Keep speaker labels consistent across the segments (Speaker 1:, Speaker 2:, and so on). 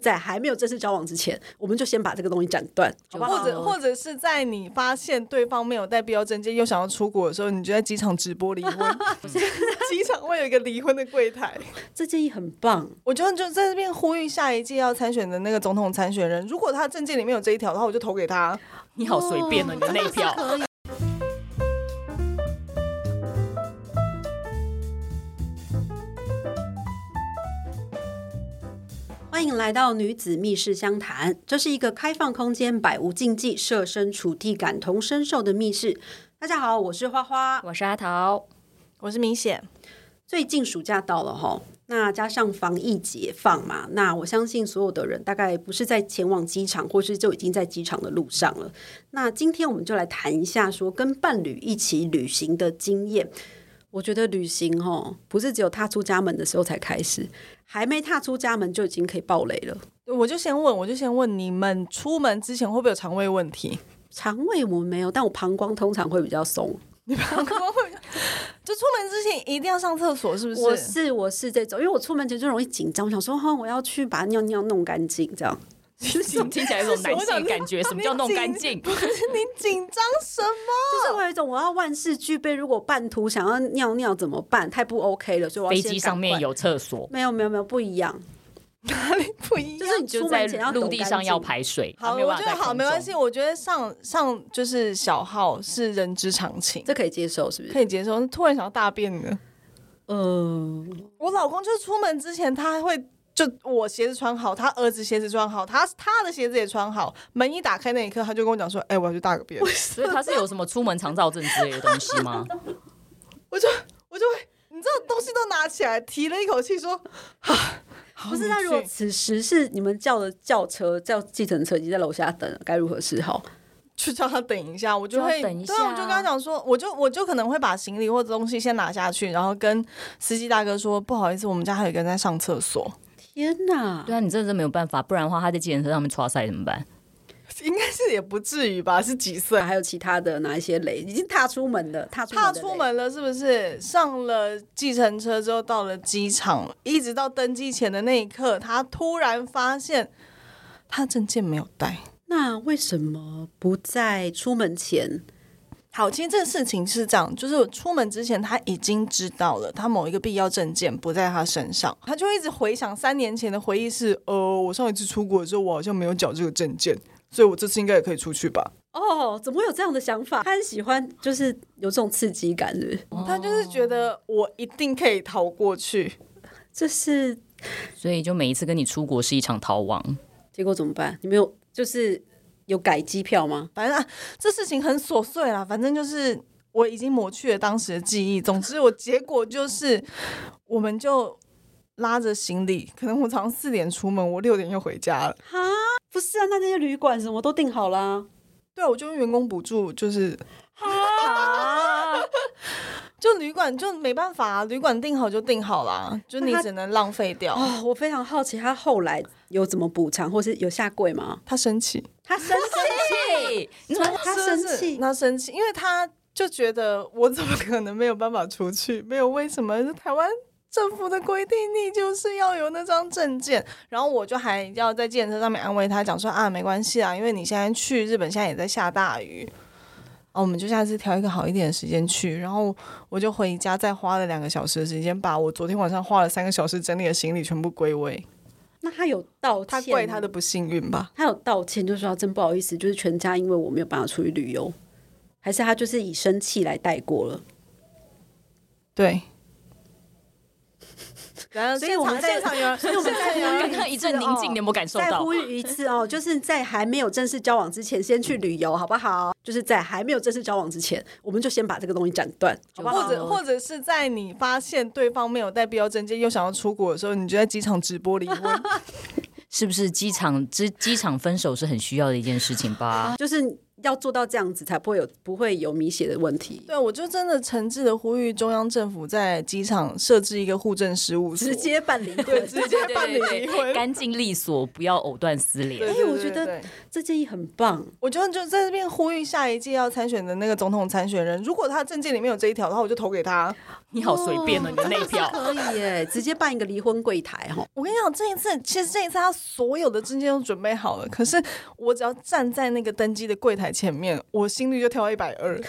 Speaker 1: 在还没有正式交往之前，我们就先把这个东西斩断，好不好？
Speaker 2: 或者或者是在你发现对方没有带必要证件又想要出国的时候，你就在机场直播离 婚。机场会有一个离婚的柜台，
Speaker 1: 这建议很棒，
Speaker 2: 我觉得就在这边呼吁下一届要参选的那个总统参选人，如果他的证件里面有这一条的话，我就投给他。
Speaker 3: 你好随便哦，你的内票。
Speaker 1: 可以。欢迎来到女子密室相谈，这是一个开放空间、百无禁忌、设身处地、感同身受的密室。大家好，我是花花。
Speaker 3: 我是阿桃，
Speaker 2: 我是明显，
Speaker 1: 最近暑假到了哈，那加上防疫解放嘛，那我相信所有的人大概不是在前往机场，或是就已经在机场的路上了。那今天我们就来谈一下说跟伴侣一起旅行的经验。我觉得旅行哦，不是只有踏出家门的时候才开始，还没踏出家门就已经可以爆雷了。
Speaker 2: 我就先问，我就先问你们出门之前会不会有肠胃问题？
Speaker 1: 肠胃我没有，但我膀胱通常会比较松。
Speaker 2: 就出门之前一定要上厕所，是不是？
Speaker 1: 我是我是这种，因为我出门前就容易紧张，我想说哈、哦，我要去把尿尿弄干净，这样。
Speaker 3: 听听起来 有种男性的感觉，什么叫弄干 净？
Speaker 2: 不是你紧张什么？
Speaker 1: 就是我有一种我要万事俱备，如果半途想要尿尿怎么办？太不 OK 了，所以我要
Speaker 3: 飞
Speaker 1: 先
Speaker 3: 机
Speaker 1: 赶
Speaker 3: 上面
Speaker 1: 快
Speaker 3: 有厕所，
Speaker 1: 没有没有没有不一样，
Speaker 2: 哪里不一
Speaker 1: 就
Speaker 2: 样？
Speaker 1: 是你
Speaker 3: 就
Speaker 1: 出
Speaker 3: 在
Speaker 1: 门前要
Speaker 3: 陆
Speaker 1: 抖
Speaker 3: 地
Speaker 1: 干
Speaker 3: 上要
Speaker 1: 净。
Speaker 3: 排水。它
Speaker 2: 好，
Speaker 3: 没有
Speaker 2: 我
Speaker 3: 办
Speaker 2: 觉
Speaker 3: 法
Speaker 2: 得
Speaker 3: 在空
Speaker 2: 好，
Speaker 3: 中
Speaker 2: 没关系。。我觉得上上就是小号是人之常情，
Speaker 1: 这可以接受是不是？
Speaker 2: 可以接受。突然想要大便呢，
Speaker 1: 呃，
Speaker 2: 我老公就是出门之前他还会。就我鞋子穿好，他儿子鞋子穿好，他他的鞋子也穿好。门一打开那一刻，他就跟我讲说：“哎、我要去大个便。
Speaker 3: 所以它是有什么出门常照症之类的东西 吗？”
Speaker 2: 我就我就会，你知道东西都拿起来，提了一口气说：“啊，
Speaker 1: 不是。
Speaker 2: 他
Speaker 1: 那如果此时是你们叫的轿车，叫计程车已经在楼下等了，该如何是好？
Speaker 2: 去叫他等一下，我就会
Speaker 3: 就要等一
Speaker 2: 对啊，
Speaker 3: 下
Speaker 2: 我就跟他讲说，我就我就可能会把行李或者东西先拿下去，然后跟司机大哥说，不好意思，我们家还有一个人在上厕所，
Speaker 1: 天哪！
Speaker 3: 对啊，你真的是没有办法，不然的话他在计程车上面刷塞怎么办？
Speaker 2: 应该是也不至于吧，是几岁？
Speaker 1: 啊还有其他的哪一些雷已经踏出门了？踏出
Speaker 2: 踏
Speaker 1: 的雷
Speaker 2: 出门了是不是？上了计程车之后到了机场，一直到登机前的那一刻，他突然发现他证件没有带。
Speaker 1: 那为什么不在出门前？
Speaker 2: 好，其实这个事情是这样，就是我出门之前他已经知道了，他某一个必要证件不在他身上，他就一直回想三年前的回忆是，呃，我上一次出国的时候，我好像没有缴这个证件，所以我这次应该也可以出去吧。
Speaker 1: 哦，怎么会有这样的想法？他很喜欢，就是有这种刺激感，是不是？
Speaker 2: 他就是觉得我一定可以逃过去，
Speaker 1: 这是
Speaker 3: 所以就每一次跟你出国是一场逃亡。
Speaker 1: 结果怎么办？你们有就是有改机票吗？
Speaker 2: 反正、啊、这事情很琐碎啦，反正就是我已经抹去了当时的记忆。总之，我结果就是，我们就拉着行李，可能我早上四点出门，我六点又回家了。
Speaker 1: 哈，不是啊，那那些旅馆什么都订好啦。
Speaker 2: 对啊，我就用员工补助，就是
Speaker 1: 啊，
Speaker 2: 就旅馆就没办法、啊，旅馆订好就订好啦，就你只能浪费掉。
Speaker 1: 哦，我非常好奇他后来有怎么补偿，或是有下跪吗？
Speaker 2: 他生气，
Speaker 1: 他生气，
Speaker 3: 嘿，你怎么
Speaker 1: 他
Speaker 2: 是
Speaker 1: 生
Speaker 2: 不是
Speaker 1: 气，
Speaker 2: 他生气，因为他就觉得我怎么可能没有办法出去？没有为什么？是台湾政府的规定，你就是要有那张证件。然后我就还要在健身上面安慰他，讲说啊，没关系啊，因为你现在去日本，现在也在下大雨。哦，我们就下次挑一个好一点的时间去，然后我就回家，再花了两个小时的时间，把我昨天晚上花了三个小时整理的行李全部归位。
Speaker 1: 那他有道
Speaker 2: 他
Speaker 1: 歉，
Speaker 2: 怪他的。不幸运吧？
Speaker 1: 他有道歉，就说真不好意思，就是全家因为我没有办法出去旅游，还是他就是以生气来带过了？
Speaker 2: 对。 然后
Speaker 1: 所以我们在
Speaker 2: 现场有人，
Speaker 1: 所以我们在
Speaker 2: 现场有人
Speaker 3: 刚刚一阵宁静，你有没有感受
Speaker 1: 再
Speaker 3: 到
Speaker 1: 呼？吁一次 哦，就是在还没有正式交往之前，先去旅游好不好？就是在还没有正式交往之前，我们就先把这个东西斩断，好不好？
Speaker 2: 或者或者是在你发现对方没有带必要证件又想要出国的时候，你就在机场直播离 婚。
Speaker 3: 是不是机场之机场分手是很需要的一件事情吧？
Speaker 1: 就是要做到这样子，才不会有不会有米血的问题。
Speaker 2: 对，我就真的诚挚的呼吁中央政府在机场设置一个户政事务所，
Speaker 1: 直接办离
Speaker 2: 对
Speaker 1: 婚，
Speaker 2: 直接办理
Speaker 3: 对对
Speaker 2: 离
Speaker 3: 对，
Speaker 2: 婚。
Speaker 3: 干净利索，不要藕断丝连。
Speaker 2: 对
Speaker 1: 哎我觉，得
Speaker 2: 对对对
Speaker 1: 这建议很棒。
Speaker 2: 我觉得就在这边呼吁下一届要参选的那个总统参选人，如果他证件里面有这一条的话，我就投给他。
Speaker 3: 你好随便哦，你的内票。
Speaker 1: 可以耶，直接办一个离婚柜台哈。
Speaker 2: 我跟你讲，这一次其实这一次他所有的证件都准备好了，可是我只要站在那个登机的柜台前面，我心率就跳到一百二，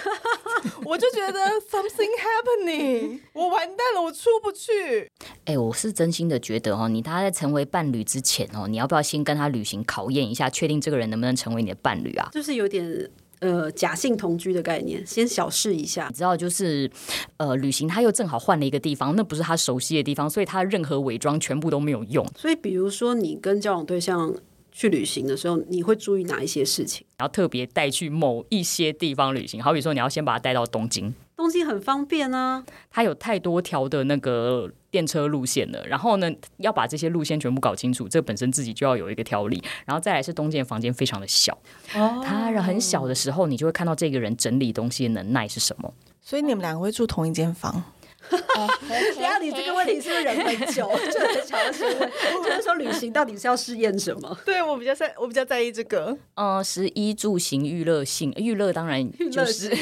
Speaker 2: 我就觉得 something happening，我完蛋了，我出不去。
Speaker 3: 哎、我是真心的觉得哦，你他在成为伴侣之前哦，你要不要先跟他旅行考验一下，确定这个人能不能成为你的伴侣啊？
Speaker 1: 就是有点呃假性同居的概念，先小试一下
Speaker 3: 你。知道，就是呃，旅行他又正好换了一个地方，那不是他熟悉的地方，所以他任何伪装全部都没有用。
Speaker 1: 所以，比如说你跟交往对象去旅行的时候，你会注意哪一些事情？
Speaker 3: 然后特别带去某一些地方旅行，好比说你要先把他带到东京，
Speaker 1: 东京很方便啊，
Speaker 3: 他有太多条的那个电车路线了，然后呢，要把这些路线全部搞清楚，这本身自己就要有一个条理。然后再来是东京的房间非常的小，他很小的时候，你就会看到这个人整理东西的能耐是什么。
Speaker 2: 所以你们两个会住同一间房？
Speaker 1: 等一下你这个问题是不是忍 很久？就很想要询问， 就是说旅行到底是要试验什么？
Speaker 2: 对我比较在，我比较在意这个。
Speaker 3: 嗯，食衣住行娱乐性，娱乐当然就
Speaker 1: 乐
Speaker 3: 是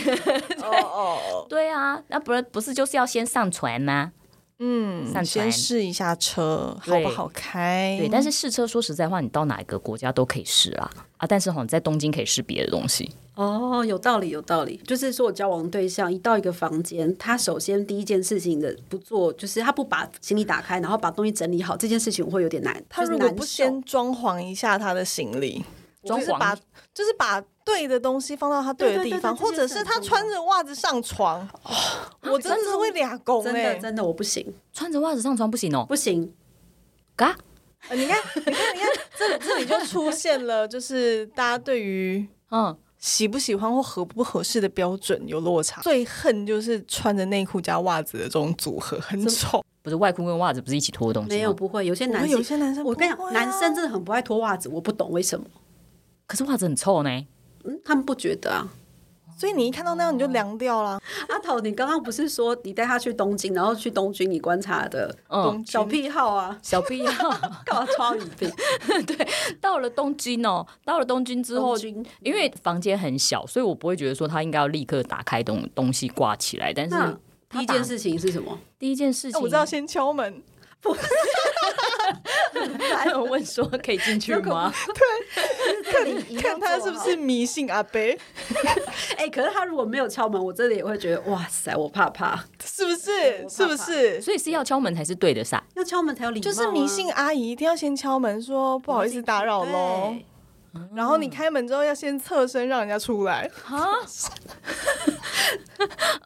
Speaker 2: 哦 哦，
Speaker 3: 对啊，那不是不是就是要先上船吗？
Speaker 2: 嗯
Speaker 3: 上，
Speaker 2: 先
Speaker 3: 船
Speaker 2: 试一下车好
Speaker 3: 对
Speaker 2: 不好开？
Speaker 3: 对，但是试车说实在话，你到哪一个国家都可以试啊啊！但是吼，你在东京可以试别的东西。
Speaker 1: 哦，有道理，有道理。就是说我交往对象一到一个房间，他首先第一件事情的不做，就是他不把行李打开，然后把东西整理好，这件事情我会有点难。
Speaker 2: 他
Speaker 1: 就是
Speaker 2: 如果
Speaker 1: 难
Speaker 2: 不
Speaker 1: 受
Speaker 2: 先装潢一下他的行李，
Speaker 3: 装
Speaker 2: 就是把
Speaker 3: 潢
Speaker 2: 就是把对的东西放到他对的地
Speaker 1: 对对对
Speaker 2: 方，
Speaker 1: 对哦
Speaker 2: 或者是他穿着袜子上床，我真的是会俩拱
Speaker 1: 真
Speaker 2: 哎
Speaker 1: 的！真的我不行，
Speaker 3: 穿着袜子上床不行哦，
Speaker 1: 不行，
Speaker 3: 嘎！
Speaker 2: 呃你看，你看，你看，这这里就出现了，就是大家对于。
Speaker 3: 嗯，
Speaker 2: 喜不喜欢或合不合适的标准有落差，最恨就是穿着内裤加袜子的这种组合，很丑。
Speaker 3: 不是外裤跟袜子不是一起脱的东西吗？
Speaker 1: 没有不会，有些
Speaker 2: 我
Speaker 1: 男
Speaker 2: 们
Speaker 1: 性
Speaker 2: 有些男生不
Speaker 1: 我
Speaker 2: 会
Speaker 1: 跟
Speaker 2: 啊，
Speaker 1: 你讲，男生真的很不爱脱袜子，我不懂为什么。
Speaker 3: 可是袜子很臭呢。
Speaker 1: 嗯，他们不觉得啊。
Speaker 2: 所以你一看到那样你就凉掉了。
Speaker 1: 阿桃，你刚刚不是说你带他去东京，然后去东京你观察的
Speaker 3: 嗯，
Speaker 2: 东
Speaker 1: 小癖好啊？
Speaker 3: 小必要。
Speaker 1: 干嘛超语病？
Speaker 3: 到了东京哦，到了东京之后
Speaker 1: 东，京
Speaker 3: 因为房间很小，所以我不会觉得说他应该要立刻打开东东西挂起来。但
Speaker 1: 那
Speaker 3: 是
Speaker 1: 第一件事情是什 么？
Speaker 3: 第一件事
Speaker 2: 哎
Speaker 3: 情，
Speaker 2: 我知道先敲门，
Speaker 3: 有问说可以进去吗？
Speaker 2: 看他是不是迷信阿伯，
Speaker 1: 哎、可是他如果没有敲门，我真的也会觉得哇塞，我怕怕。
Speaker 2: 是不 是？是不 是？
Speaker 3: 所以是要敲门才是对的噻。
Speaker 1: 要敲门才有礼貌、啊
Speaker 2: 就是迷。信阿姨一定要先敲门说不好意思打扰喽，
Speaker 1: 对，嗯
Speaker 2: 然后你开门之后要先侧身让人家出来。
Speaker 3: 啊，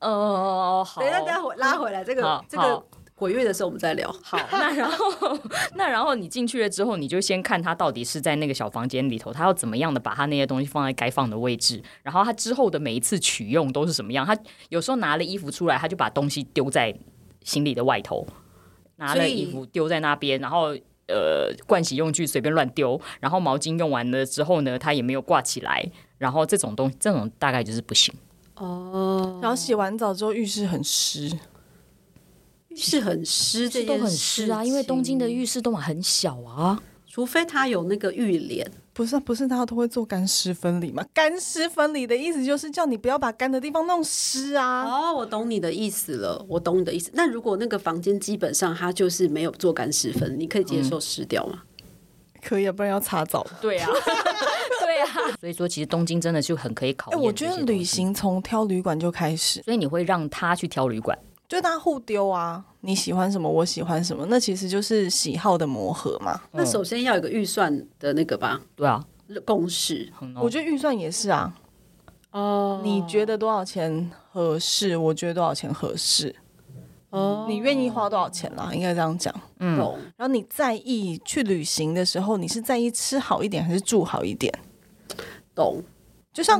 Speaker 3: 呃，好，
Speaker 1: 等一下，等一下，我拉回来这个
Speaker 3: 好
Speaker 1: 这个
Speaker 3: 好
Speaker 1: 鬼月的时候我们再聊。
Speaker 3: 好，那然后那然后你进去了之后，你就先看他到底是在那个小房间里头，他要怎么样的把他那些东西放在该放的位置，然后他之后的每一次取用都是什么样。他有时候拿了衣服出来，他就把东西丢在行李的外头，拿
Speaker 1: 所
Speaker 3: 了
Speaker 1: 以
Speaker 3: 衣服丢在那边，然后。呃，盥洗用具随便乱丢，然后毛巾用完了之后呢，他也没有挂起来，然后这种东这种大概就是不行。
Speaker 1: 哦，
Speaker 2: 然后洗完澡之后浴室很湿，
Speaker 1: 是很湿，
Speaker 3: 浴室都很湿啊，因为东京的，浴室都很小啊。
Speaker 1: 除非他有那个浴帘。
Speaker 2: 不是啊不是，大家都会做干湿分离嘛？干湿分离的意思就是叫你不要把干的地方弄湿啊。
Speaker 1: 哦，我懂你的意思了，我懂你的意思。那如果那个房间基本上它就是没有做干湿分，你可以接受湿掉吗？
Speaker 2: 可以啊，不然要擦澡。
Speaker 3: 对啊，对啊，所以说其实东京真的就很可以考
Speaker 2: 哎，
Speaker 3: 验。
Speaker 2: 我觉得旅，行从挑旅馆就开始，
Speaker 3: 所以你会让他去挑旅馆，
Speaker 2: 就大家互丢啊，你喜欢什么，我喜欢什么，那其实就是喜好的磨合嘛。
Speaker 1: 那首先要有个预算的那个吧
Speaker 3: 对啊，
Speaker 1: 共识
Speaker 3: 很
Speaker 2: 我觉得预算也是啊，
Speaker 1: 嗯哦
Speaker 2: 你觉得多少钱合适？我觉得多少钱合适？
Speaker 1: 哦
Speaker 2: 你愿意花多少钱啦？应该这样讲。
Speaker 1: 懂
Speaker 2: 然后你在意去旅行的时候，你是在意吃好一点还是住好一点？
Speaker 1: 懂
Speaker 2: 就像，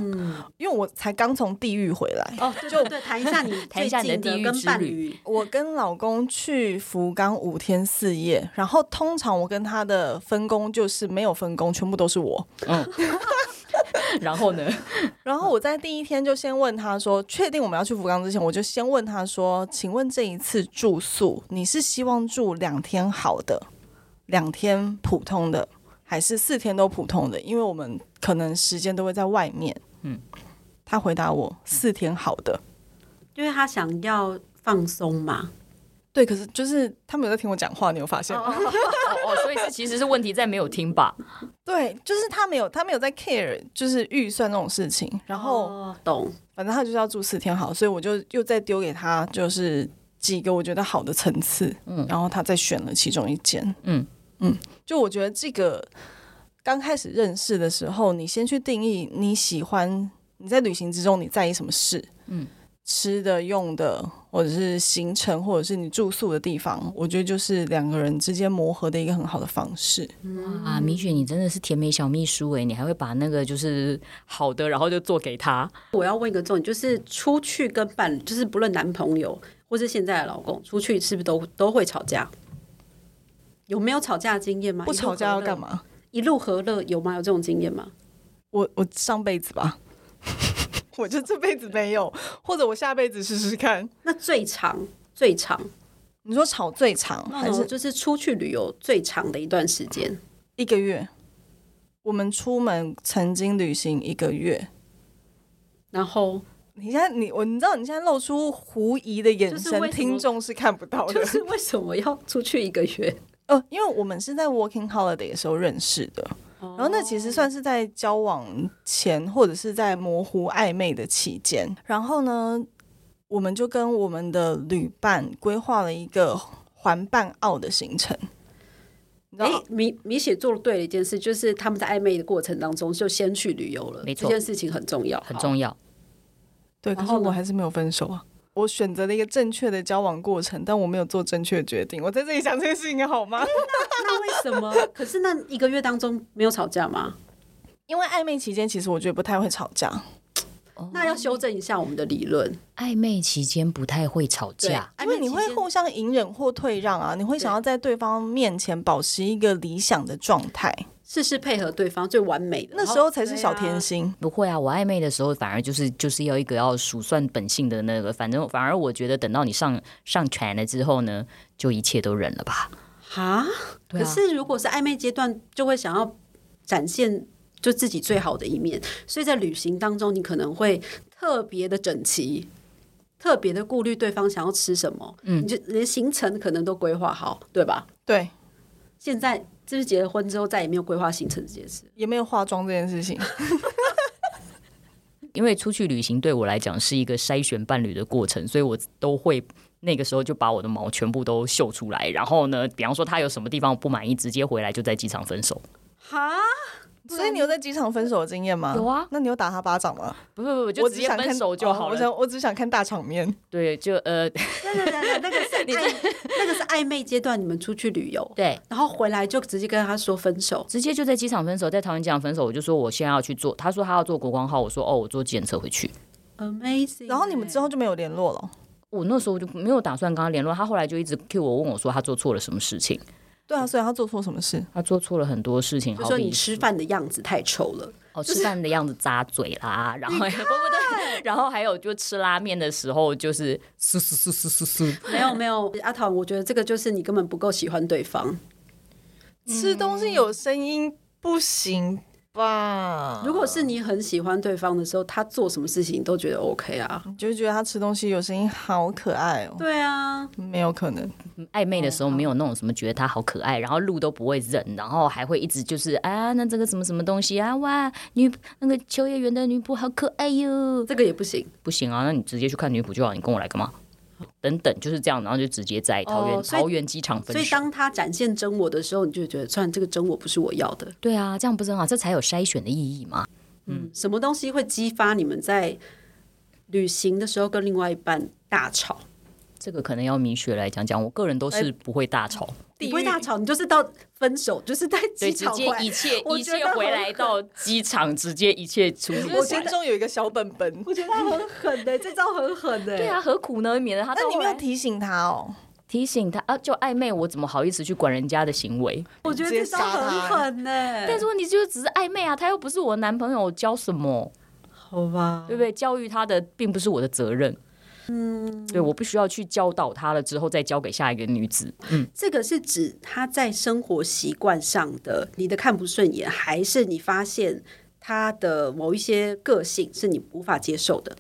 Speaker 2: 因为我才刚从地狱回来，
Speaker 1: 哦，对对对，谈一下你
Speaker 3: 谈一下你的
Speaker 1: 最近
Speaker 3: 地狱
Speaker 1: 跟
Speaker 3: 之
Speaker 1: 伴
Speaker 3: 旅
Speaker 1: 侣
Speaker 2: 我跟老公去福冈五天四夜，然后通常我跟他的分工就是没有分工，全部都是我。
Speaker 3: 嗯，然后呢，
Speaker 2: 然后我在第一天就先问他说，确定我们要去福冈之前，我就先问他说，请问这一次住宿，你是希望住两天好的，两天普通的，还是四天都普通的？因为我们可能时间都会在外面。嗯
Speaker 3: 嗯，
Speaker 2: 他回答我四天好的。
Speaker 1: 因为他想要放松嘛。
Speaker 2: 对，可是就是他没有在听我讲话，你有发现吗？
Speaker 3: 哦哦，所以是其实是问题在没有听吧？
Speaker 2: 对，就是他没有，他没有在 care，就是预算这种事情。然后、
Speaker 1: 哦懂，
Speaker 2: 反正他就是要住四天好，所以我就又再丢给他，就是几个我觉得好的层次，嗯，然后他再选了其中一间，
Speaker 3: 嗯
Speaker 2: 嗯，就我觉得这个刚开始认识的时候，你先去定义你喜欢你在旅行之中你在意什么事，嗯
Speaker 3: 嗯，
Speaker 2: 吃的、用的，或者是行程，或者是你住宿的地方，我觉得就是两个人之间磨合的一个很好的方式。
Speaker 3: 啊，米雪，你真的是甜美小秘书哎，你还会把那个就是好的，然后就做给他。
Speaker 1: 我要问一个重点，就是出去跟伴侣，就是不论男朋友或是现在的老公，出去是不是都都会吵架？有没有吵架的经验吗？
Speaker 2: 不吵架要干
Speaker 1: 嘛？
Speaker 2: 嘛？
Speaker 1: 一路和乐有吗？有这种经验吗？
Speaker 2: 我我上辈子吧， 我就这辈子没有，或者我下辈子试试看。
Speaker 1: 那最长最长
Speaker 2: 你说吵最长
Speaker 1: 那
Speaker 2: 还
Speaker 1: 种
Speaker 2: 是
Speaker 1: 就是出去旅游最长的一段时间，
Speaker 2: 一个月？我们出门曾经旅行一个月，
Speaker 1: 然后
Speaker 2: 你现在你我你知道你现在露出狐疑的眼
Speaker 1: 就是
Speaker 2: 神，
Speaker 1: 为什么
Speaker 2: 听众是看不到的。
Speaker 1: 就是为什么要出去一个月？
Speaker 2: 呃，因为我们是在 Working Holiday 的时候认识的，
Speaker 1: 哦
Speaker 2: 然后那其实算是在交往前或者是在模糊暧昧的期间。然后呢，我们就跟我们的旅伴规划了一个环伴澳的行程。你知
Speaker 1: 哎、
Speaker 2: 道，
Speaker 1: 米米雪做对了一件事，就是他们在暧昧的过程当中就先去旅游了，
Speaker 3: 没
Speaker 1: 这
Speaker 3: 错
Speaker 1: 件事情很重要，
Speaker 3: 很
Speaker 1: 要。
Speaker 3: 重要。
Speaker 2: 对，可
Speaker 1: 然
Speaker 2: 是
Speaker 1: 后呢
Speaker 2: 我还是没有分手啊。我选择了一个正确的交往过程，但我没有做正确的决定。我在这里讲这件事情好吗？
Speaker 1: 那为什么？可是那一个月当中没有吵架吗？
Speaker 2: 因为暧昧期间，其实我觉得不太会吵架。
Speaker 1: 那要修正一下我们的理论，
Speaker 3: 暧昧期间不太会吵架，
Speaker 1: 对啊
Speaker 2: 因为你
Speaker 1: 暧
Speaker 2: 会
Speaker 1: 昧期间
Speaker 2: 互相隐忍或退让啊，你会想要在对方面前保持一个理想的状态，
Speaker 1: 事事配合对方最完美的，
Speaker 2: 那时候才是小甜
Speaker 1: 心。
Speaker 2: 心。
Speaker 3: 不会啊。我暧昧的时候反而就是就是要一个要数算本性的那个，反正反而我觉得等到你上上船了之后呢，就一切都忍了吧。
Speaker 1: 哈，
Speaker 3: 对
Speaker 1: 可
Speaker 3: 啊
Speaker 1: 是如果是暧昧阶段，就会想要展现就自己最好的一面，所以在旅行当中，你可能会特别的整齐，特别的顾虑对方想要吃什么，嗯，你就连行程可能都规划好，对吧？
Speaker 2: 对，
Speaker 1: 现在是不是结了婚之后再也没有规划行程这件事？
Speaker 2: 也没有化妆这件事情。
Speaker 3: 因为出去旅行对我来讲是一个筛选伴侣的过程，所以我都会那个时候就把我的毛全部都秀出来。然后呢，比方说他有什么地方我不满意，直接回来就在机场分手。
Speaker 1: 哈，
Speaker 2: 所以你有在机场分手的经验吗？
Speaker 3: 有啊
Speaker 2: 那你有打他巴掌吗？
Speaker 3: 不不不，
Speaker 2: 我
Speaker 3: 就直
Speaker 2: 只
Speaker 3: 接
Speaker 2: 想
Speaker 3: 分
Speaker 2: 看
Speaker 3: 手就好
Speaker 2: 哦我
Speaker 3: 了。
Speaker 2: 想，我只想看大场面。
Speaker 3: 对，就呃，
Speaker 1: 那个那个是 暧，那个是暧昧阶段，你们出去旅游，
Speaker 3: 对，
Speaker 1: 然后回来就直接跟他说分手，
Speaker 3: 直接就在机场分手，在桃园机场分手。我就说我现在要去做，他说他要做国光号，我说哦，我坐检测回去。
Speaker 1: amazing。
Speaker 2: 然后你们之后就没有联络了。
Speaker 3: 我那时候就没有打算跟他联络，他后来就一直 Q 我，问我说他做错了什么事情，
Speaker 2: 对啊，所以他做错什么事？
Speaker 3: 他做错了很多事情，
Speaker 1: 就
Speaker 3: 好
Speaker 1: 说
Speaker 3: 比
Speaker 1: 你吃饭的样子太丑了。
Speaker 3: 哦，吃饭的样子扎嘴啦，然后不不对，然后还有就吃拉面的时候就是嘶嘶嘶嘶嘶嘶，
Speaker 1: 没有没有，阿唐，我觉得这个就是你根本不够喜欢对方。
Speaker 2: 吃东西有声音不行吧？
Speaker 1: 如果是你很喜欢对方的时候，他做什么事情你都觉得 OK 啊。
Speaker 2: 你就会觉得他吃东西有声音好可爱哦。
Speaker 1: 对啊，
Speaker 2: 没有可能。
Speaker 3: 暧昧的时候
Speaker 1: 哦
Speaker 3: 没有那种什么觉得他好可爱，然后路都不会忍，然后还会一直就是啊，那这个什么什么东西啊，哇，女那个秋叶原的女仆好可爱哟，
Speaker 1: 这个也不行。
Speaker 3: 不行啊，那你直接去看女仆就好，你跟我来干嘛？等等，就是这样，然后就直接在桃园、
Speaker 1: 哦所以
Speaker 3: 桃园机场分
Speaker 1: 所以
Speaker 3: 手。
Speaker 1: 当他展现真我的时候，你就会觉得，算了这个真我不是我要的。
Speaker 3: 对啊，这样不是很好，这才有筛选的意义嘛。
Speaker 1: 嗯，什么东西会激发你们在旅行的时候跟另外一半大吵？
Speaker 3: 这个可能要米雪来讲讲，我个人都
Speaker 1: 哎
Speaker 3: 是不会大吵，
Speaker 1: 你不会大吵，你就是到分手，就是在机
Speaker 3: 对，直
Speaker 1: 场
Speaker 3: 接
Speaker 1: 回
Speaker 3: 一 切
Speaker 1: 我
Speaker 3: 一
Speaker 1: 觉得
Speaker 3: 切回来
Speaker 1: 很
Speaker 3: 到 机场，直接一切处理
Speaker 2: 我
Speaker 3: 完。
Speaker 2: 心中有一个小本本。
Speaker 1: 我觉得他很狠的、这招很狠的、欸
Speaker 3: 啊对啊，何苦呢？免得他
Speaker 2: 那
Speaker 3: 到
Speaker 2: 你
Speaker 3: 后
Speaker 2: 没有
Speaker 3: 来
Speaker 2: 提醒他哦？
Speaker 3: 提醒他啊，就暧昧，我怎么好意思去管人家的行为？
Speaker 1: 我觉得这招很狠呢、
Speaker 3: 欸
Speaker 1: 欸
Speaker 3: 但是问题就是只是暧昧啊，他又不是我男朋友，教什么？
Speaker 1: 好吧，
Speaker 3: 对不对？教育他的并不是我的责任。嗯，对，我不需要去教导他了，之后再交给下一个女子。
Speaker 1: 这个是指他在生活习惯上的你的看不顺眼，还是你发现他的某一些个性是你无法接受的？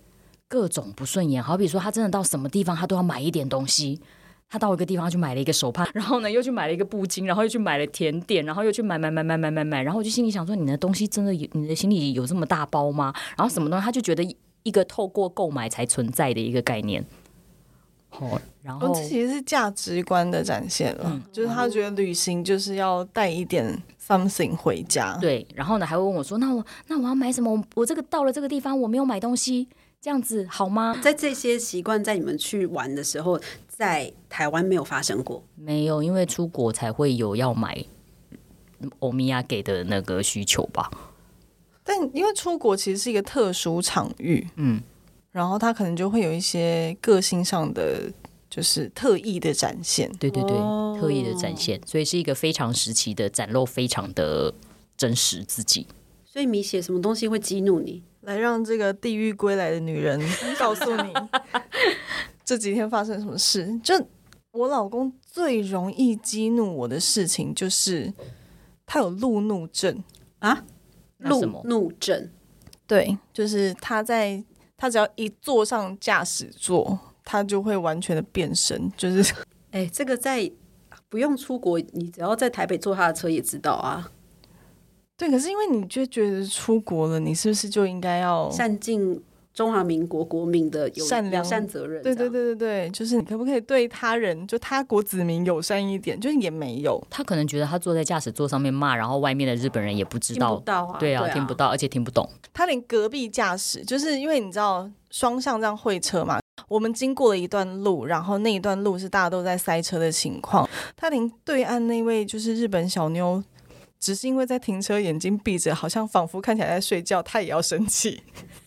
Speaker 3: 各种不顺眼，好比说他真的到什么地方，他都要买一点东西。他到一个地方去买了一个手帕，然后呢又去买了一个布巾，然后又去买了甜点，然后又去买买买买买买买，然后我就心里想说，你的东西真的有，你的行李有这么大包吗？然后什么东西，他就觉得一个透过购买才存在的一个概念。哦，然
Speaker 2: 哦
Speaker 3: 后，
Speaker 2: 这其实是价值观的展现了，就是他觉得旅行就是要带一点 something 回家。
Speaker 3: 对，然后呢还会问我说，那我那我要买什么？我我这个到了这个地方我没有买东西，这样子好吗？
Speaker 1: 在这些习惯在你们去玩的时候，在台湾没有发生过。
Speaker 3: 没有，因为出国才会有要买欧米亚给的那个需求吧。
Speaker 2: 但因为出国其实是一个特殊场域，
Speaker 3: 嗯，
Speaker 2: 然后他可能就会有一些个性上的就是特异的展现。
Speaker 3: 对对对，
Speaker 1: 哦
Speaker 3: 特意的展现，所以是一个非常时期的展露，非常的真实自己。
Speaker 1: 所以米写什么东西会激怒你？
Speaker 2: 来让这个地狱归来的女人告诉你这几天发生什么事。就我老公最容易激怒我的事情，就是他有路怒症。
Speaker 3: 那
Speaker 1: 路
Speaker 3: 什么？
Speaker 1: 啊怒症，
Speaker 2: 对，就是他在他只要一坐上驾驶座，他就会完全的变身，就是
Speaker 1: 哎、这个在不用出国，你只要在台北坐他的车也知道啊，
Speaker 2: 对。可是因为你就觉得出国了，你是不是就应该
Speaker 3: 哦
Speaker 2: 要？
Speaker 1: 善尽中华民国国民的友
Speaker 2: 善良
Speaker 1: 友善责任。
Speaker 2: 对
Speaker 1: 这
Speaker 2: 对
Speaker 1: 样，
Speaker 2: 对对对，就是你可不可以对他人，就他国子民友善一点？就是也没有，
Speaker 3: 他可能觉得他坐在驾驶座上面骂，然后外面的日本人也不知
Speaker 1: 听不
Speaker 3: 道，
Speaker 1: 到啊，
Speaker 3: 对啊，听不。到，而且听不懂。
Speaker 2: 他连隔壁驾驶，就是因为你知道双向这样会车嘛，我们经过了一段路，然后那一段路是大家都在塞车的情况，他连对岸那位就是日本小妞，只是因为在停车眼睛闭着，好像仿佛看起来在睡觉，他也要生气，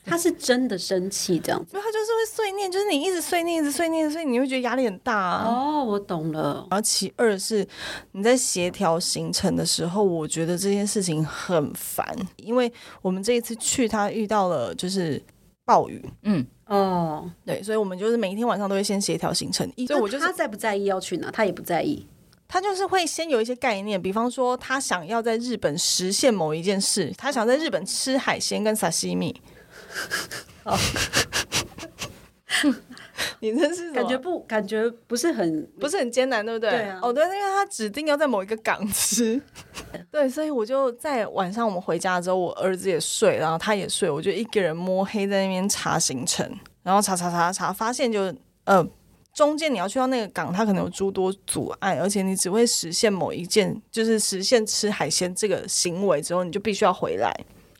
Speaker 1: 他是真的生气这样子。
Speaker 2: 因为他就是会碎念，就是你一直碎念，一直碎念，所以你会觉得压力很大、啊。
Speaker 1: 哦，我懂了。
Speaker 2: 然后其二是你在协调行程的时候，我觉得这件事情很烦，因为我们这一次去，他遇到了就是暴雨，
Speaker 3: 嗯，
Speaker 1: 哦，
Speaker 2: 对，所以我们就是每一天晚上都会先协调行程，所以
Speaker 1: 那
Speaker 2: 我就是
Speaker 1: 他在不在意要去哪，他也不在意。
Speaker 2: 他就是会先有一些概念，比方说他想要在日本实现某一件事，他想在日本吃海鲜跟沙西 米。 你真是什么哦
Speaker 1: 感觉不，感觉不是很
Speaker 2: 不是很艰难，对不对？
Speaker 1: 对啊
Speaker 2: 哦，对，因为他指定要在某一个港吃，对，所以我就在晚上我们回家之后，我儿子也睡，然后他也睡，我就一个人摸黑在那边查行程，然后查查查查，发现就呃。中间你要去到那个港，它可能有诸多阻碍，而且你只会实现某一件，就是实现吃海鲜这个行为之后，你就必须要回来。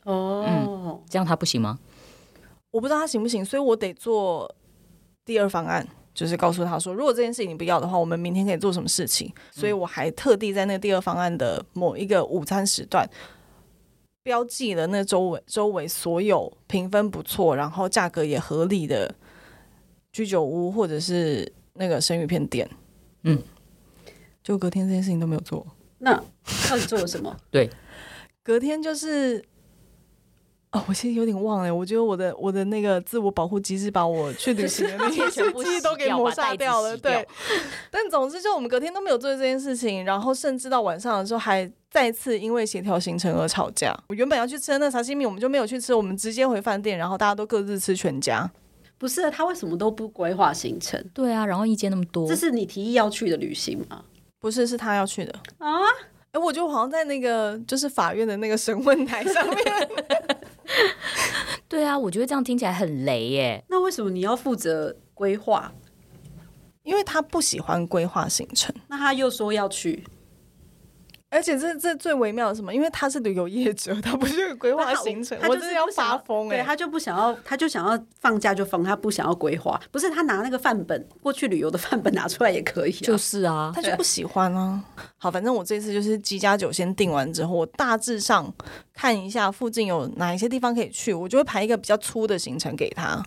Speaker 2: 嗯
Speaker 1: 哦。
Speaker 3: 这样他不行吗？
Speaker 2: 我不知道他行不行，所以我得做第二方案，就是告诉他说，如果这件事情你不要的话，我们明天可以做什么事情。所以我还特地在那个第二方案的某一个午餐时段，标记了那周围周围所有评分不错，然后价格也合理的居酒屋或者是那个生鱼片店。
Speaker 3: 嗯，
Speaker 2: 就隔天这件事情都没有做。
Speaker 1: 那到底做了什么？
Speaker 2: 隔天就是，哦，我现在有点忘了，我觉得我的我的那个自我保护机制把我去旅行的那些
Speaker 3: 全部
Speaker 2: 记忆都
Speaker 3: 洗
Speaker 2: 给
Speaker 3: 掉
Speaker 2: 抹
Speaker 3: 把
Speaker 2: 杀
Speaker 3: 袋子
Speaker 2: 掉 了。
Speaker 3: 洗掉
Speaker 2: 对，但总之就我们隔天都没有做这件事情，然后甚至到晚上的时候还再次因为协调行程而吵架。我原本要去吃的那沙西米，我们就没有去吃，我们直接回饭店，然后大家都各自吃全家。
Speaker 1: 不是啊他为什么都不规划行程？
Speaker 3: 对啊，然后意见那么多
Speaker 2: 哦
Speaker 1: 这，是你提议要去的旅行吗？
Speaker 2: 不是，是他要去的。
Speaker 1: 啊，
Speaker 2: 哎、我觉得我好像在那个就是法院的那个审问台上面，
Speaker 3: 对啊，我觉得这样听起来很雷耶。
Speaker 1: 那为什么你要负责规划？
Speaker 2: 因为他不喜欢规划行程。
Speaker 1: 那他又说要去，
Speaker 2: 而且这这最微妙的是什么？因为他是旅游业者，他不是规划行程，
Speaker 1: 他
Speaker 2: 我
Speaker 1: 就
Speaker 2: 真
Speaker 1: 是
Speaker 2: 的要
Speaker 1: 不想
Speaker 2: 发疯哎、
Speaker 1: 对，他就不想要，他就想要放假就放，他不想要规划。不是他拿那个范本，过去旅游的范本拿出来也可以、啊。
Speaker 3: 就是啊，
Speaker 2: 他就不喜欢啊。好，反正我这次就是鸡加酒先订完之后，我大致上看一下附近有哪一些地方可以去，我就会排一个比较粗的行程给他。嗯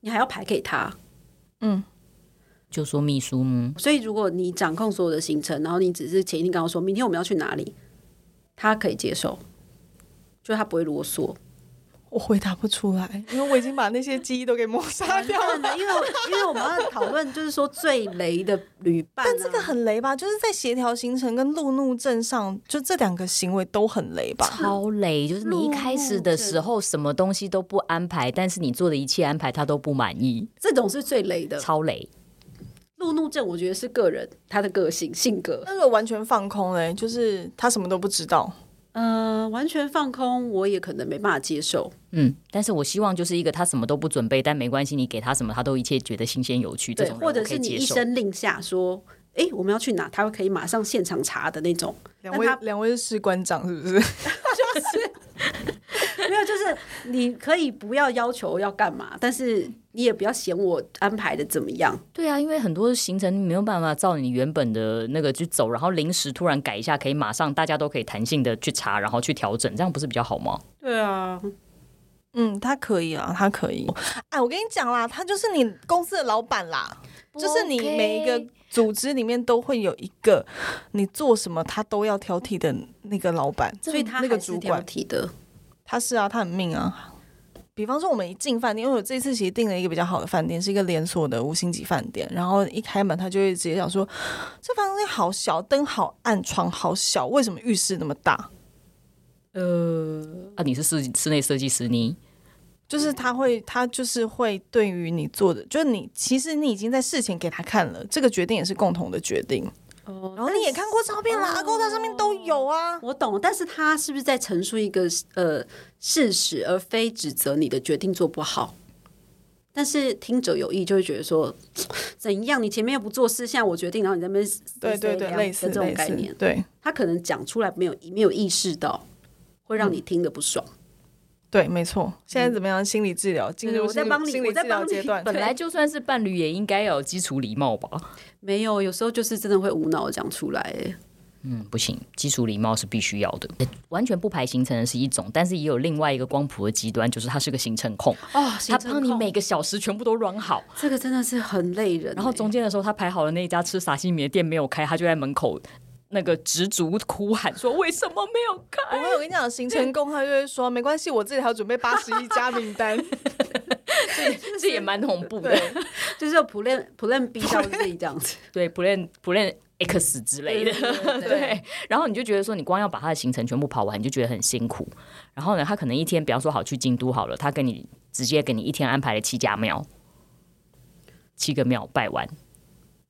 Speaker 1: 你还要排给他，
Speaker 3: 就说秘书吗？
Speaker 1: 所以如果你掌控所有的行程，然后你只是前一天跟他说明天我们要去哪里，他可以接受，就他不会啰嗦。
Speaker 2: 我回答不出来，因为我已经把那些记忆都给抹杀掉了。
Speaker 1: 当然，因为因为我们要讨论就是说最雷的旅伴、啊，
Speaker 2: 但这个很雷吧？就是在协调行程跟路怒症上，就这两个行为都很雷吧？
Speaker 3: 超累，就是
Speaker 1: 哦
Speaker 3: 你一开始的时候什么东西都不安排，但是你做的一切安排他都不满意，
Speaker 1: 这种是最雷的。
Speaker 3: 超累。
Speaker 1: 路怒症，我觉得是个人他的个性性格。
Speaker 2: 那个完全放空嘞、就是他什么都不知道。
Speaker 1: 呃，完全放空，我也可能没办法接受。
Speaker 3: 嗯，但是我希望就是一个他什么都不准备，但没关系，你给他什么他都一切觉得新鲜有趣，这
Speaker 1: 对，
Speaker 3: 种人
Speaker 1: 或者
Speaker 3: 我可以
Speaker 1: 是你
Speaker 3: 接
Speaker 1: 一
Speaker 3: 受。
Speaker 1: 声令下说，诶，我们要去哪，他会可以马上现场查的那种。
Speaker 2: 两位
Speaker 1: 但他
Speaker 2: 两位是士官长是不 是？
Speaker 1: 没有，就是你可以不要要求要干嘛，但是你也不要嫌我安排的怎么样。
Speaker 3: 对啊，因为很多行程没有办法照你原本的那个去走，然后临时突然改一下，可以马上大家都可以弹性的去查，然后去调整，这样不是比较好吗？
Speaker 1: 对啊，
Speaker 2: 嗯，他可以啊，他可以。哎，我跟你讲啦，他就是你公司的老板啦，就是你每一个组织里面都会有一个，你做什么他都要挑剔的那个老板。
Speaker 1: 所以他
Speaker 2: 那个
Speaker 1: 还是
Speaker 2: 主
Speaker 1: 挑
Speaker 2: 管，
Speaker 1: 剔的。
Speaker 2: 他是啊，他很命啊。比方说，我们一进饭店，因为我这一次其实订了一个比较好的饭店，是一个连锁的五星级饭店。然后一开门，他就会直接讲说：“这房间好小，灯好暗，床好小，为什么浴室那么大？”
Speaker 3: 啊，你是室室内设计师，你
Speaker 2: 就是
Speaker 1: 嗯
Speaker 2: 他会，他就是会对于你做的，就是你其实你已经在事前给他看了，这个决定也是共同的决定。
Speaker 1: 哦
Speaker 2: 然后你也看过照片啦，阿勾达上面都有啊。
Speaker 1: 我懂，但是他是不是在陈述一个呃事实，而非指责你的决定做不好？但是听者有意就会觉得说，怎样？你前面又不做事，现在我决定，然后你在那边撕
Speaker 2: 对对对
Speaker 1: 撕，
Speaker 2: 类似
Speaker 1: 的这种
Speaker 2: 类
Speaker 1: 概
Speaker 2: 似
Speaker 1: 念，，
Speaker 2: 对
Speaker 1: 他可能讲出来没有没有意识到，会让你
Speaker 2: 嗯
Speaker 1: 听得不爽。
Speaker 2: 对，没错。现在怎么样？心理治疗
Speaker 1: 嗯
Speaker 2: 进
Speaker 1: 对
Speaker 2: 入
Speaker 1: 我在
Speaker 2: 心理
Speaker 1: 帮你
Speaker 2: 心理
Speaker 1: 我在
Speaker 2: 治疗
Speaker 1: 帮你
Speaker 2: 阶段，
Speaker 3: 本来就算是伴侣，也应该要有基础礼貌吧？
Speaker 1: 没有，有时候就是真的会无脑地讲出来、欸
Speaker 3: 嗯，不行，基础礼貌是必须要的。完全不排行程的是一种，但是也有另外一个光谱的极端，就是他是个行程控，
Speaker 1: 哦，
Speaker 3: 他
Speaker 1: 行程
Speaker 3: 帮你
Speaker 1: 控
Speaker 3: 每个小时全部都 run 好。
Speaker 1: 这个真的是很累人欸、
Speaker 3: 然后中间的时候，他排好了那一家吃沙西米的店没有开，他就在门口那个执着哭喊说：“为什么没有
Speaker 2: 不
Speaker 3: 开
Speaker 2: 会，我跟你讲，行程工他就会说没关系，我这里还要准备八十一家名单。？”
Speaker 3: 这也蛮恐怖的
Speaker 2: 对，，
Speaker 1: 就是有 plan plan B 到 Z 这样子，
Speaker 3: 对，plan plan X 之类的，
Speaker 1: 对对
Speaker 3: 对。然后你就觉得说，你光要把他的行程全部跑完，你就觉得很辛苦。然后呢，他可能一天，比方说好去京都好了，他跟你直接给你一天安排了七家庙，七个庙拜完。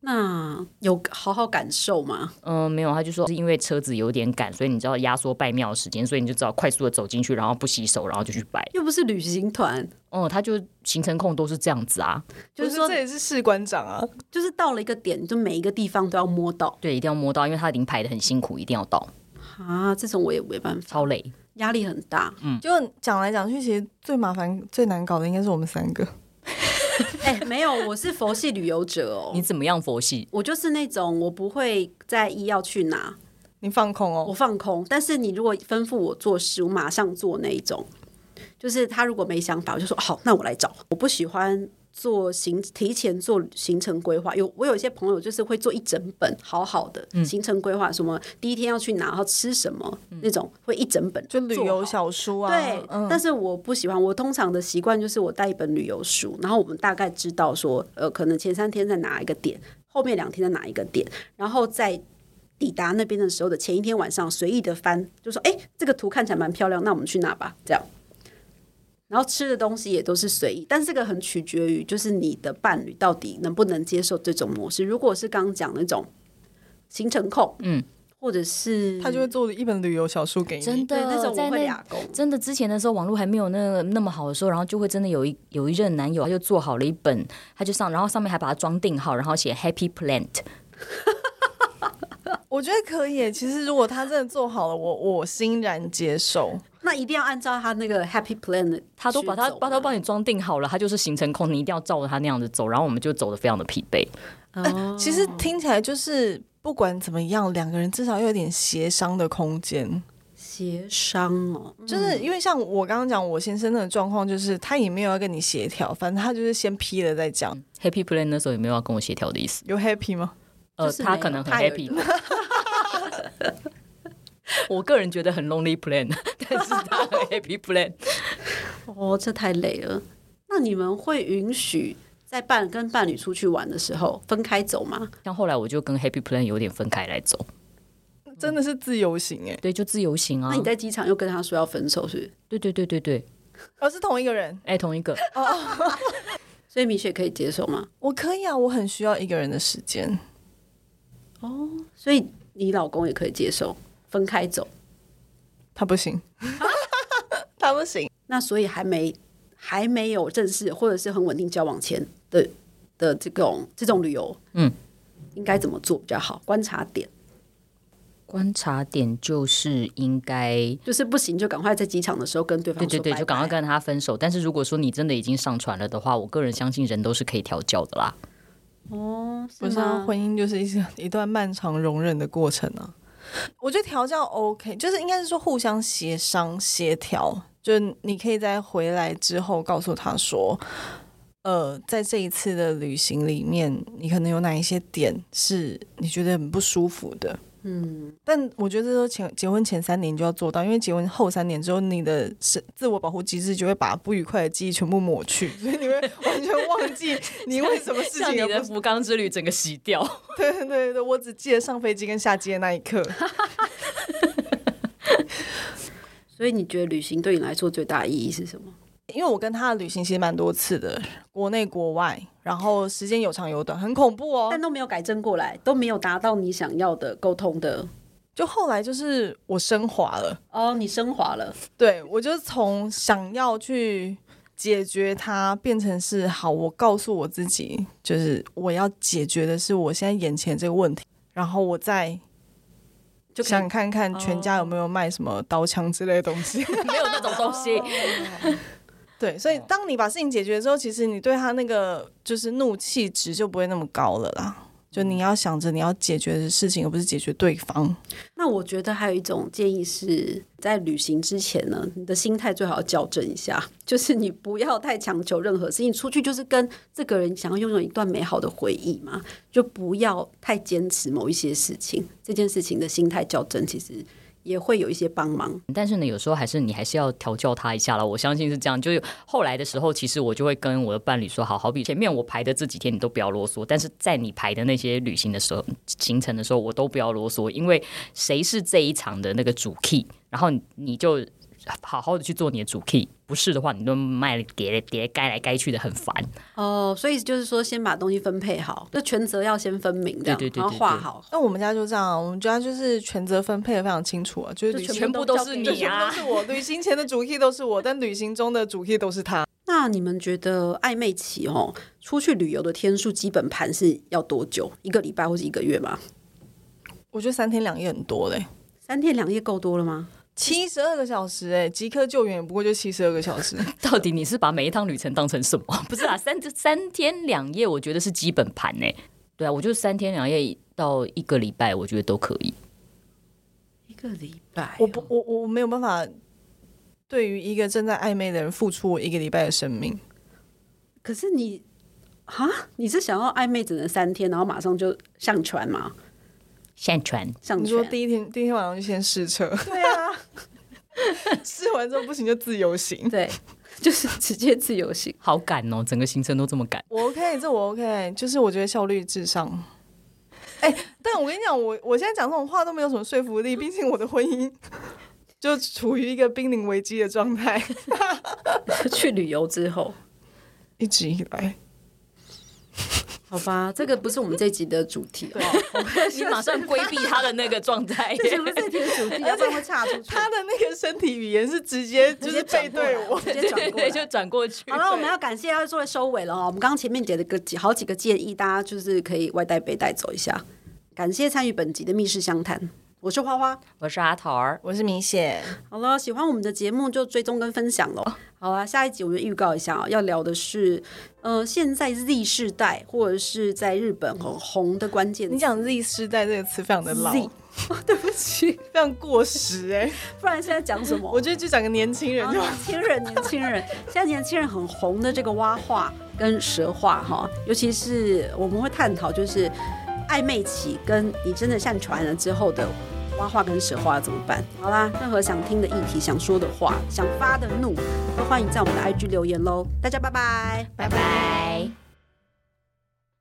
Speaker 1: 那有好好感受吗？
Speaker 3: 嗯，没有，他就说是因为车子有点赶，所以你知道压缩拜庙的时间，所以你就只好快速的走进去，然后不洗手，然后就去拜。
Speaker 1: 又不是旅行团，
Speaker 3: 哦，他就行程控都是这样子啊，
Speaker 1: 就
Speaker 2: 就是是
Speaker 1: 说
Speaker 2: 这，也是士官长啊。
Speaker 1: 就是到了一个点，就每一个地方都要摸到
Speaker 3: 对，一定要摸到，因为他已经排的很辛苦，一定要到，
Speaker 1: 啊！这种我也没办法，
Speaker 3: 超累。
Speaker 1: 压力很大。
Speaker 2: 就讲来讲去，其实最麻烦、最难搞的应该是我们三个。
Speaker 1: 哎、没有，我是佛系旅游者哦
Speaker 3: 你，怎么样佛系？
Speaker 1: 我就是那种我不会在意要去哪，
Speaker 2: 你放空哦
Speaker 1: 我，放空。但是你如果吩咐我做事，我马上做那一种。就是他如果没想法，我就说好，那我来找。我不喜欢做行提前做行程规划。有我有一些朋友就是会做一整本好好的行程规划，什么第一天要去哪，然后吃什么、那种，会一整本
Speaker 2: 就旅
Speaker 1: 做
Speaker 2: 游
Speaker 1: 好
Speaker 2: 小说啊。
Speaker 1: 对，
Speaker 2: 嗯
Speaker 1: 但是我不喜欢。我通常的习惯就是我带一本旅游书，然后我们大概知道说，呃，可能前三天在哪一个点，后面两天在哪一个点，然后在抵达那边的时候的前一天晚上随意的翻，就说，哎、这个图看起来蛮漂亮，那我们去哪吧？这样。然后吃的东西也都是随意，但这个很取决于就是你的伴侣到底能不能接受这种模式。如果是刚刚讲那种行程控，嗯，或者是
Speaker 2: 他就会做一本旅游小说给你。
Speaker 3: 真
Speaker 1: 对那
Speaker 3: 的，
Speaker 1: 种
Speaker 3: 在
Speaker 1: 我会
Speaker 3: 那
Speaker 1: 俩工。
Speaker 3: 真的之前的时候，网络还没有那个那么好的时候，然后就会真的有一有一任男友，他就做好了一本，他就上，然后上面还把它装订好，然后写 Happy Plant。
Speaker 2: 我觉得可以耶。其实如果他真的做好了，我我欣然接受。
Speaker 1: 那一定要按照他那个 Happy Plan 的去走吗，啊
Speaker 3: 他都把它把它帮你装订好了，他就是行程控，你一定要照着他那样子走，然后我们就走的非常的疲惫。
Speaker 2: 其实听起来就是不管怎么样，两个人至少要有点协商的空间。
Speaker 1: 协商哦，
Speaker 2: 就是因为像我刚刚讲我先生那个状况，就是他也没有要跟你协调，反正他就是先批了再讲。
Speaker 3: Happy Plan 那时候也没有要跟我协调的意思，
Speaker 2: 有 happy 吗？
Speaker 3: 呃，
Speaker 1: 就是没有
Speaker 3: 他可能很
Speaker 1: 他有
Speaker 3: happy。我个人觉得很 lonely plan，但 是他很 happy plan。
Speaker 1: 哦，这太累了。那你们会允许在伴跟伴侣出去玩的时候分开走吗？
Speaker 3: 像后来我就跟 happy plan 有点分开来走，
Speaker 2: 真的是自由行哎、
Speaker 3: 对，就自由行啊
Speaker 1: 那。你在机场又跟他说要分手，是不是？
Speaker 3: 对对对对对，
Speaker 2: 而、哦是同一个人，
Speaker 3: 哎、同一个。
Speaker 1: 所以米雪可以接受吗？
Speaker 2: 我可以啊，我很需要一个人的时间。
Speaker 1: 所以你老公也可以接受分开走。
Speaker 2: 他不 行，他不行。
Speaker 1: 那所以还没还没有正式或者是很稳定交往前的的这种这种旅游，
Speaker 3: 嗯，
Speaker 1: 应该怎么做比较好？观察点
Speaker 3: 观察点就是应该。
Speaker 1: 就是不行就赶快在机场的时候跟对方说
Speaker 3: 对对对，
Speaker 1: 拜拜
Speaker 3: 就赶快跟他分手。但是如果说你真的已经上船了的话，我个人相信人都是可以调教的啦。
Speaker 1: 哦，
Speaker 2: 不是啊，
Speaker 1: 吗？
Speaker 2: 婚姻就是一些 一段漫长容忍的过程啊。我觉得调教 OK，就是应该是说互相协商协调，就是你可以在回来之后告诉他说，呃，在这一次的旅行里面，你可能有哪一些点是你觉得很不舒服的。嗯，但我觉得这都前结婚前三年就要做到，因为结婚后三年之后，你的自自我保护机制就会把不愉快的记忆全部抹去，所以你会完全忘记你为什么事
Speaker 3: 像
Speaker 2: 情
Speaker 3: 你
Speaker 2: 有
Speaker 3: 的
Speaker 2: 不
Speaker 3: 福冈之旅整个洗掉，
Speaker 2: 对对对对，我只记得上飞机跟下机的那一刻。
Speaker 1: 所以你觉得旅行对你来说最大的意义是什么？
Speaker 2: 因为我跟他的旅行其实蛮多次的，国内国外，然后时间有长有短，很恐怖哦
Speaker 1: 但。都没有改正过来，都没有达到你想要的沟通的
Speaker 2: 就后来就是我升华了，
Speaker 1: 哦，你升华了，
Speaker 2: 对我就从想要去解决它，变成是好，我告诉我自己，就是我要解决的是我现在眼前这个问题，然后我再
Speaker 1: 就可以 哦
Speaker 2: 想看看全家有没有卖什么刀枪之类的东西。
Speaker 3: 没有那种东西。
Speaker 2: 对，所以
Speaker 3: 哦
Speaker 2: 当你把事情解决之后，其实你对他那个就是怒气值就不会那么高了啦。就你要想着你要解决的事情，而不是解决对方。
Speaker 1: 那我觉得还有一种建议是在旅行之前呢，你的心态最好要校正一下， 就是你不要太强求任何事情。出去就是跟这个人想要拥有一段美好的回忆嘛，就不要太坚持某一些事情。这件事情的心态校正，其实也会有一些帮忙。
Speaker 3: 但是呢，有时候还是你还是要调教他一下啦。我相信是这样。就是后来的时候，其实我就会跟我的伴侣说，好好比前面我排的这几天你都不要啰嗦，但是在你排的那些旅行的时候行程的时候，我都不要啰嗦，因为谁是这一场的那个主 key，然后你你就好好的去做你的主 key。不是的话，你都卖叠叠该来该去的，很烦。
Speaker 1: 哦，所以就是说，先把东西分配好，就权责要先分明，这样
Speaker 3: 对对对
Speaker 1: 然后
Speaker 3: 对
Speaker 1: 画
Speaker 3: 对
Speaker 1: 好。
Speaker 2: 那我们家就这样啊，我们家就是权责分配的非常清楚啊，就是
Speaker 1: 就
Speaker 2: 旅
Speaker 1: 全
Speaker 2: 行
Speaker 3: 全部都
Speaker 1: 交
Speaker 3: 是
Speaker 1: 给
Speaker 3: 你啊
Speaker 2: 都！是我，旅行前的主 key 都是我，但旅行中的主 key 都是他。
Speaker 1: 那你们觉得暧昧期哦，出去旅游的天数基本盘是要多久？一个礼拜或者一个月吗？
Speaker 2: 我觉得三天两夜很多嘞、
Speaker 1: 三天两夜够多了吗？
Speaker 2: 七十二个小时哎、即刻救援也不过就七十二个 小时。
Speaker 3: 到底你是把每一趟旅程当成什么？ 不是啊，三三天两夜，我觉得是基本盘呢、对啊，我就三天两夜到一个礼拜，我觉得都可以。
Speaker 1: 一个礼拜哦
Speaker 2: 我不，我我我没有办法对于一个正在暧昧的人付出我一个礼拜的生命。
Speaker 1: 可是你哈，你是想要暧昧只能三天，然后马上就上船吗？
Speaker 3: 现传
Speaker 1: 上
Speaker 2: 你说
Speaker 1: 船？
Speaker 2: 第一天第一天晚上就先试车，
Speaker 1: 对啊，
Speaker 2: 试完之后不行就自由行。
Speaker 1: 对，就是直接自由行。
Speaker 3: 好赶哦，整个行程都这么赶。
Speaker 2: 我 OK，这我 OK，就是我觉得效率至上。哎、但我跟你讲，我我现在讲这种话都没有什么说服力，毕竟我的婚姻就处于一个濒临危机的状态，
Speaker 1: 去旅游之后，
Speaker 2: 一直以来。
Speaker 1: 好吧，这个不是我们这集的主题哦，
Speaker 3: 你马上规避他的那个状态 耶，
Speaker 1: 这集不是这集的主题，要不然会岔出去。
Speaker 2: 他的那个身体语言是直接就
Speaker 1: 直
Speaker 2: 是
Speaker 1: 接
Speaker 2: 背
Speaker 1: 转过
Speaker 2: 对
Speaker 1: 来
Speaker 2: 我，
Speaker 1: 直接
Speaker 3: 对
Speaker 1: 转
Speaker 3: 对
Speaker 1: 过来
Speaker 3: 对，。就转过去。
Speaker 1: 好了，我们要感谢要作为收尾了哦。我们刚刚前面给了个几好几个建议，大家就是可以外带背带走一下。感谢参与本集的密室相谈，我是花花。
Speaker 3: 我是阿桃儿，
Speaker 2: 我是明显，
Speaker 1: 好了，喜欢我们的节目就追踪跟分享喽。好啦，下一集我们就预告一下、哦，要聊的是，呃，现在 Z 世代或者是在日本很红的关键
Speaker 2: 你讲 Z 世代这个词非常的老，
Speaker 1: Z，对不起，
Speaker 2: 非常过时哎、
Speaker 1: 不然现在讲什么？
Speaker 2: 我觉得就讲个年轻人
Speaker 1: 然后
Speaker 2: 就
Speaker 1: 哦年轻人，年轻人，现在年轻人很红的这个蛙话跟蛇话哈，尤其是我们会探讨就是暧昧期跟你真的上船了之后的蛙话跟蛇话怎么办？好啦，任何想听的议题、想说的话、想发的怒，都欢迎在我们的 IG 留言喽。大家拜拜。
Speaker 3: 拜拜。